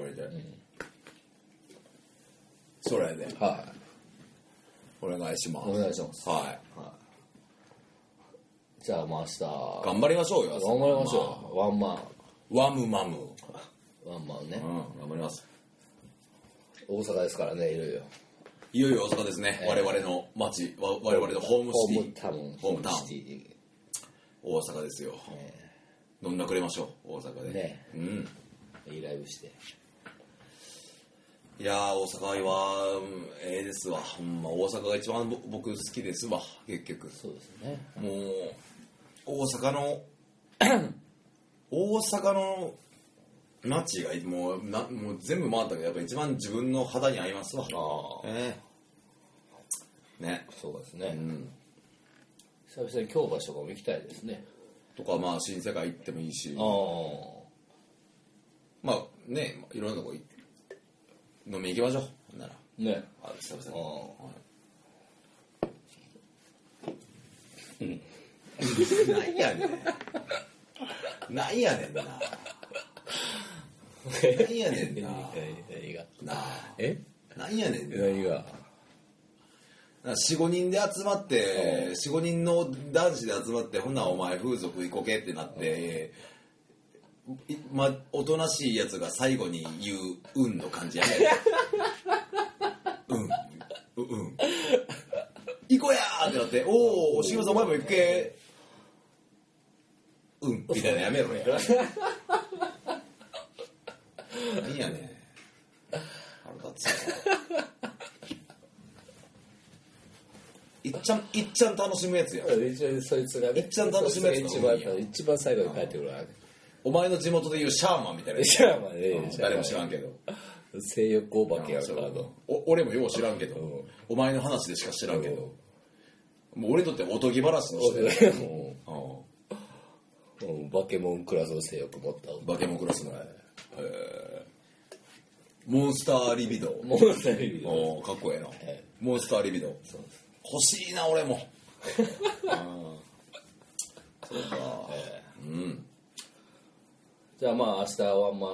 Speaker 2: れで
Speaker 3: は
Speaker 2: お願いしま
Speaker 3: い。お願いします
Speaker 2: す。はい
Speaker 3: じゃあ、まあ明日。
Speaker 2: 頑張りましょうよ
Speaker 3: 頑張りましょう。ワンマ
Speaker 2: うワ
Speaker 3: <laughs>
Speaker 2: ムマム
Speaker 3: ン。ワンマンね
Speaker 2: う。ん頑張ります
Speaker 3: 大阪ですからね、いろいろ。
Speaker 2: いよいよ大阪ですね我々の町わ我々のホームシテ
Speaker 3: ホ
Speaker 2: ィ
Speaker 3: ームタウン。
Speaker 2: ホームタウン
Speaker 3: シティ
Speaker 2: 大阪ですよ、飲んだくれましょう大阪で、
Speaker 3: ね
Speaker 2: うん
Speaker 3: いいライブして。
Speaker 2: いやー大阪は、うんええですわほんま大阪が一番ぼ僕好きですわ結局
Speaker 3: そうですね。
Speaker 2: もう大阪の大阪の街がもうなもう全部回ったけどやっぱ一番自分の肌に合いますわ
Speaker 3: ああ。
Speaker 2: ええね
Speaker 3: そうですね
Speaker 2: う。ん
Speaker 3: 久々に京橋とかも行きたいですね。
Speaker 2: とかまあ新世界行ってもいいし
Speaker 3: ああ。
Speaker 2: まあねいろんなとこい飲み行きましょうほんなら
Speaker 3: ね。
Speaker 2: あ久々
Speaker 3: あ
Speaker 2: に
Speaker 3: あ。
Speaker 2: なん <laughs> やねん。なんやねんな。なんやねんな。
Speaker 3: 何が
Speaker 2: な
Speaker 3: え
Speaker 2: なんやねんな。
Speaker 3: 何が
Speaker 2: 4、5人で集まって、4、5人の男子で集まって、ほなお前風俗行こけってなって、いまあおとなしいやつが最後に言う「うん」の感じやねうんううん行こうやーってなって「おおしげさんお前も行くけうん」みたいなやめろや何やねん腹立つわいっちゃんいっちゃん楽しむやつや
Speaker 3: 一応そいつがね
Speaker 2: 一番楽しむやつ
Speaker 3: 一番一番最後に帰ってくるわね
Speaker 2: お前の地元で言うシャーマンみたいなやつ
Speaker 3: シャーマンね
Speaker 2: うん誰も知らんけど
Speaker 3: 性欲お化けやんかあの
Speaker 2: お俺もよう知らんけど、お前の話でしか知らんけど、もう俺にとっておとぎ話の人や
Speaker 3: も
Speaker 2: う
Speaker 3: う
Speaker 2: ん
Speaker 3: もう化け物クラスの性欲持った男
Speaker 2: バケモンクラスの、へえモンスターリビド
Speaker 3: もう最後に
Speaker 2: おーかっこええな、モンスターリビド欲しいな俺もうんそうか、うん
Speaker 3: じゃあまあ明日ワンマ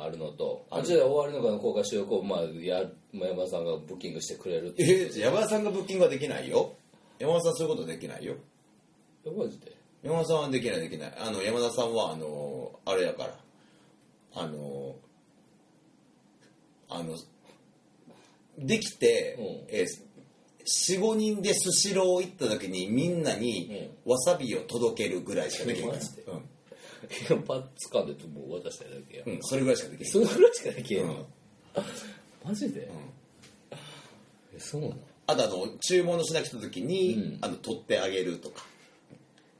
Speaker 3: ンあるのとあっちで終わるのかの公開収録をまあやまあ山田さんがブッキングしてくれるって
Speaker 2: え山田さんがブッキングはできないよ山田さんそういうことできないよ
Speaker 3: マジで
Speaker 2: 山田さんはできないできないあの山田さんはあのあれやからあのあのできて、
Speaker 3: う
Speaker 2: えー、45人でスシロー行った時にみんなにわさびを届けるぐらいしかできな
Speaker 3: マ
Speaker 2: い、
Speaker 3: ジでパッつかんでともう渡したいだけや、
Speaker 2: うん、うん、それぐらいしかでき
Speaker 3: そ
Speaker 2: ない、
Speaker 3: のぐらいしかできへん
Speaker 2: う
Speaker 3: の、
Speaker 2: ん、
Speaker 3: マジで、えそうなの
Speaker 2: あとあの注文のしなきた時に、
Speaker 3: うん
Speaker 2: あの取ってあげるとか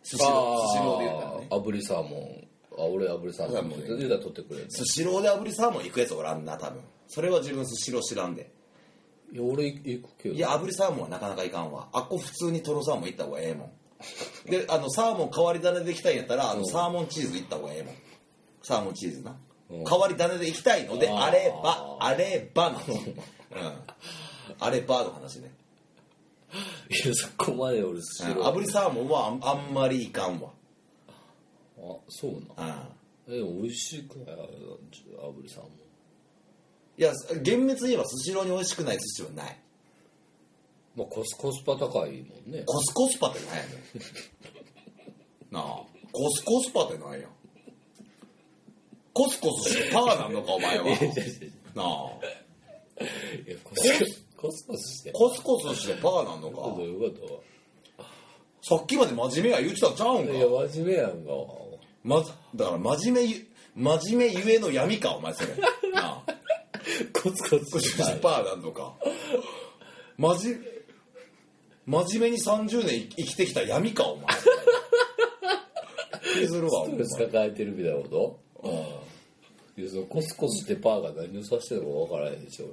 Speaker 2: スシロースシローで言ったらね
Speaker 3: あー炙りサーモンあ俺炙りサーモン
Speaker 2: 炙りサーモンね
Speaker 3: 言うたら取ってくれる
Speaker 2: スシローで炙りサーモン行くやつおらんな多分それは自分スシロー知らんで
Speaker 3: いや俺行くけど
Speaker 2: いや炙りサーモンはなかなかいかんわあっこ普通にトロサーモンいった方がええも
Speaker 3: <laughs>
Speaker 2: んであのサーモン代わり種で行きたいんやったらあのサーモンチーズいった方がええもんサーモンチーズな
Speaker 3: うん
Speaker 2: 代わり種で行きたいので
Speaker 3: あー
Speaker 2: あればあれば
Speaker 3: <laughs>
Speaker 2: の話、うん、あればの話ね
Speaker 3: いやそこまで俺ス
Speaker 2: う
Speaker 3: シ
Speaker 2: ん
Speaker 3: ロー
Speaker 2: 炙りサーモンはあんあんまりいかんわ、
Speaker 3: あそうな
Speaker 2: うん、
Speaker 3: え美味しくないあ炙りサーモン
Speaker 2: いや厳密に言えばスシローに美味しくない寿司はない
Speaker 3: まあコスコスパ高いもんね
Speaker 2: コスコスパってなんやねんなあコスコスパってなんやコスコスしてパーなんのかお前はなあ
Speaker 3: いやコスコスコスして
Speaker 2: コスコスしてパーなんの
Speaker 3: どう
Speaker 2: か
Speaker 3: いうこと
Speaker 2: さっきまで真面目や言うてたんちゃうんか
Speaker 3: いや真面目やんか
Speaker 2: まずだから真面目ゆ真面目ゆえの闇かお前それなあ
Speaker 3: コツコ
Speaker 2: コ
Speaker 3: ツ
Speaker 2: ス
Speaker 3: し
Speaker 2: コス
Speaker 3: た
Speaker 2: してパーなんのかまじ真面目に30年生きてきた闇
Speaker 3: <laughs>
Speaker 2: かお前気するわお前
Speaker 3: ス抱えてるみたいなことうんいやそのコスコスしてパーが何を指してるのか分からへんでしょ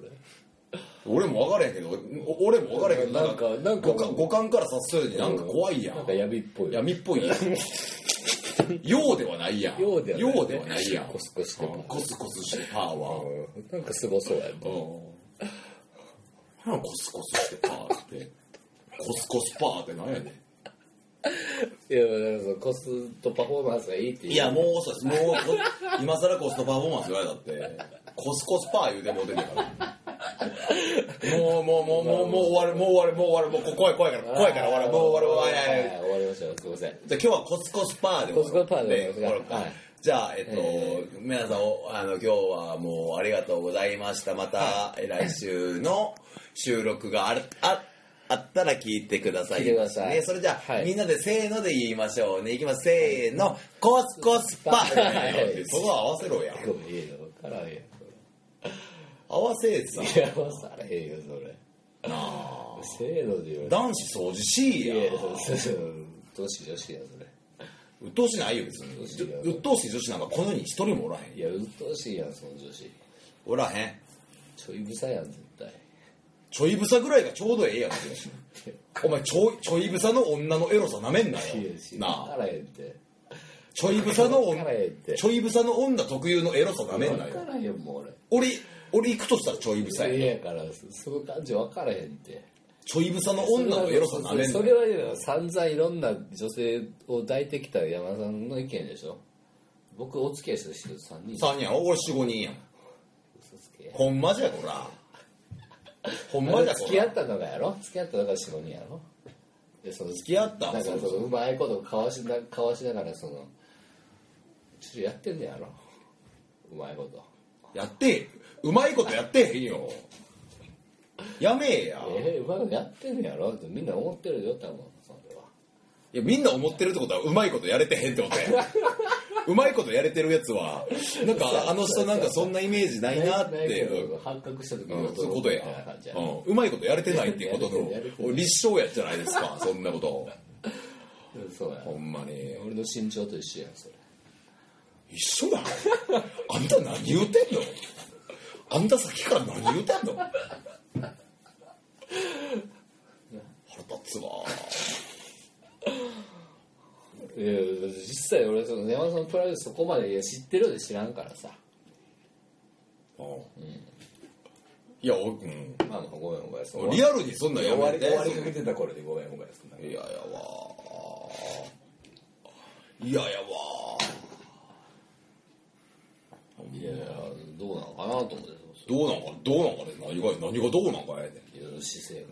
Speaker 3: 俺
Speaker 2: 俺も分からへんけどお俺も分からへんけどなんか
Speaker 3: なんかなんか
Speaker 2: 五感五感から察するになんか怖いやん
Speaker 3: なんか闇っぽい
Speaker 2: 闇っ
Speaker 3: <laughs>
Speaker 2: ぽいやんようではないやん
Speaker 3: ようではない
Speaker 2: ようではないやん
Speaker 3: コスコスしてパー
Speaker 2: コスコスしてパーは
Speaker 3: うんなんかすごそうやね
Speaker 2: うんなんかコスコスしてパーってコスコスパーってなんやねん
Speaker 3: いやだからそのコストパフォーマンスがいいっていう
Speaker 2: いやもうそう <laughs> ですもうこ今更コストパフォーマンス言われたってコスコスパー言うてもうてんねん
Speaker 3: <laughs>
Speaker 2: からもうもうもうもうもう終わるもう終わるもう終わるもうこ怖い怖いから怖いから終わるもう終わる終わる
Speaker 3: はい終わりましたよすいません
Speaker 2: じゃあ今日はコツコツパーで
Speaker 3: コツコツパーで
Speaker 2: ね
Speaker 3: はい
Speaker 2: じゃあ、えっと、皆さんおあの、今日はもうありがとうございました。また、え来週の収録があるああったら聞いてください。
Speaker 3: 聞いてください
Speaker 2: ね、それじゃあ、
Speaker 3: はい
Speaker 2: みんなでせーので言いましょうね。いきます。せーの、コツコツパー
Speaker 3: <laughs> はい
Speaker 2: そこは合わせろや。
Speaker 3: ごめんいいよ分からへんよ
Speaker 2: 合わせえさ。
Speaker 3: いや分からへんよそれ
Speaker 2: なあ
Speaker 3: せーので言われて
Speaker 2: 男子掃除しいや。
Speaker 3: いやそうそうどうしようどうしようそれ
Speaker 2: 鬱陶しないよ、別に。
Speaker 3: しいよ
Speaker 2: 鬱陶しい女子なんかこの世に一人もおらへん。
Speaker 3: いや鬱陶しいやんその女子
Speaker 2: おらへん。
Speaker 3: ちょいぶさやん絶対
Speaker 2: ちょいぶさぐらいがちょうどええやんけお前ちょいちょいぶさの女のエロさなめんなよ
Speaker 3: いや知
Speaker 2: なあ
Speaker 3: らへんって
Speaker 2: ちょいぶさの
Speaker 3: わからへんって
Speaker 2: 女ちょいぶさの女特有のエロさなめんな
Speaker 3: 分
Speaker 2: よ
Speaker 3: からへんもん俺
Speaker 2: 俺俺行くとしたらちょいぶさや
Speaker 3: いやからその感じ分からへんって
Speaker 2: ちょいぶさの女のエロさなめんな
Speaker 3: そ
Speaker 2: よ
Speaker 3: れはね散々いろんな女性を抱いてきた山田さんの意見でしょ僕お付き合いした人3人
Speaker 2: 3人やん俺45人やん
Speaker 3: 嘘つけ
Speaker 2: ほんまじゃこらほんまじゃこ
Speaker 3: 付き合
Speaker 2: ら
Speaker 3: ったのがやろ付き合ったのが45人やろでその
Speaker 2: 付き合った
Speaker 3: なんかそのうまいことかわしなかわしながらそのちょっとやってんねやろうまいこと
Speaker 2: やってうまいことやってへんよやめえや
Speaker 3: えー、うまいことやってんやろってみんな思ってるよ多分それはい
Speaker 2: やみんな思ってるってことはうまいことやれてへんってこと
Speaker 3: <laughs>
Speaker 2: やうまいことやれてるやつはなんかあの人なんかそんなイメージないなっ
Speaker 3: ない
Speaker 2: て
Speaker 3: けど
Speaker 2: うん
Speaker 3: 発覚した時
Speaker 2: うん
Speaker 3: に
Speaker 2: そういうことや
Speaker 3: みたいな感じや
Speaker 2: うんうまいことやれてないっていうこと
Speaker 3: やれてるやれて
Speaker 2: の
Speaker 3: る
Speaker 2: 立証やじゃないですかそんなこと
Speaker 3: うんそうや
Speaker 2: ほんまに
Speaker 3: 俺の身長と一緒やんそれ
Speaker 2: 一緒だあんた何言うてんのあんたさっきから何言うてんの腹立つわ
Speaker 3: いや実際俺その山田さんのプライベートそこまでいや知ってるようで知らんからさ
Speaker 2: うんいや、おうん、
Speaker 4: まあまあごめんごめんそう
Speaker 2: 俺リアルにそんなん
Speaker 4: 終
Speaker 2: や
Speaker 4: わ
Speaker 2: め
Speaker 4: り
Speaker 2: て
Speaker 4: 終わりかけてた頃でごめんごめんそんな
Speaker 2: 嫌ややわ嫌ややわ
Speaker 3: いやどうなのかなと思って
Speaker 2: どうなんかどうなんかね何が何がどうなんかやねん
Speaker 3: いや私生活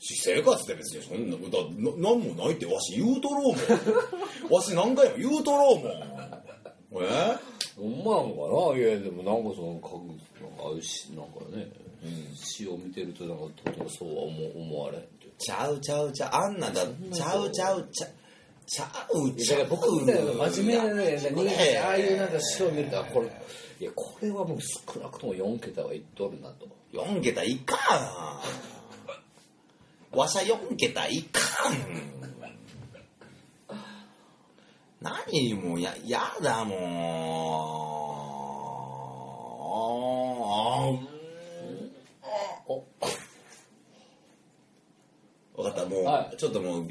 Speaker 2: 私生活で別にそんなだななんもないってわし言うと <laughs> ろうもんわし何回も言うとろうもんえ
Speaker 3: ほんまなんかないやでもなんかそのかなんかあるしなんかね、詩を見てるとなんかとてもそうは思思われんっていう
Speaker 2: ちゃうちゃうちゃうあんなだちゃうちゃうちゃうちゃうち
Speaker 3: だ
Speaker 2: ゃ
Speaker 3: から
Speaker 2: う
Speaker 3: 僕みたいな真面目なね人間ってああいうなんか
Speaker 2: し
Speaker 3: 詩を見るとあこれいやこれはもう少なくとも4桁はいっとるなと
Speaker 2: 4桁いかんわしゃ4桁いかん何もうややだもん分かったもう、
Speaker 3: は
Speaker 2: ちょっともう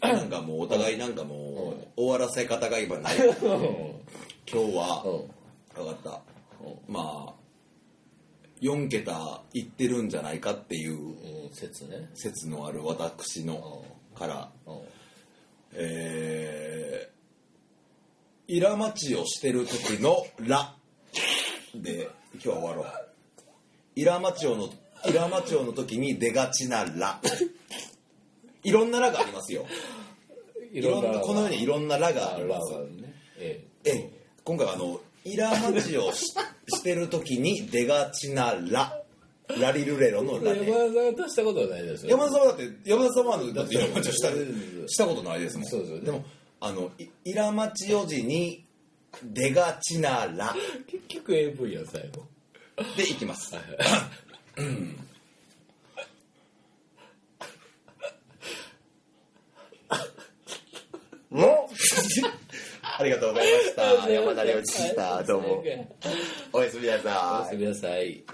Speaker 2: なんかもうお互いなんかもう終わらせ方が今ない
Speaker 3: うん
Speaker 2: 今日は、
Speaker 3: うん
Speaker 2: 分かった、まあ4桁いってるんじゃないかっていう
Speaker 3: うん説ね
Speaker 2: 説のある私のから、
Speaker 3: うん
Speaker 2: えー、イラマチをしてる時の「ラ」で今日は終わろうイラマチオのイラマチオの時に出がちな「ラ」いろんな「ラ」がありますよい
Speaker 3: い
Speaker 2: ろんなこのようにいろんな「ラ」が
Speaker 3: あ
Speaker 2: あり
Speaker 3: ラ
Speaker 2: ます
Speaker 3: がねえ
Speaker 2: え今回はあのイラマチをししてる時に出がちなララリルレロの
Speaker 3: え
Speaker 2: ラ
Speaker 3: 山田さ
Speaker 2: ね
Speaker 3: んとしたことはないですよ
Speaker 2: 山田さんはだって山田さんはあのだってイラマチをしたしたことないですもん
Speaker 3: そうですよね
Speaker 2: でもあのいイラマチおじに出がちなラ
Speaker 3: 結局 AV や最後
Speaker 2: でいきますうんの <laughs> ありがとうございました山田亮一でしたどうもおやすみな
Speaker 3: お
Speaker 2: さ
Speaker 3: や
Speaker 2: い
Speaker 3: すみなさい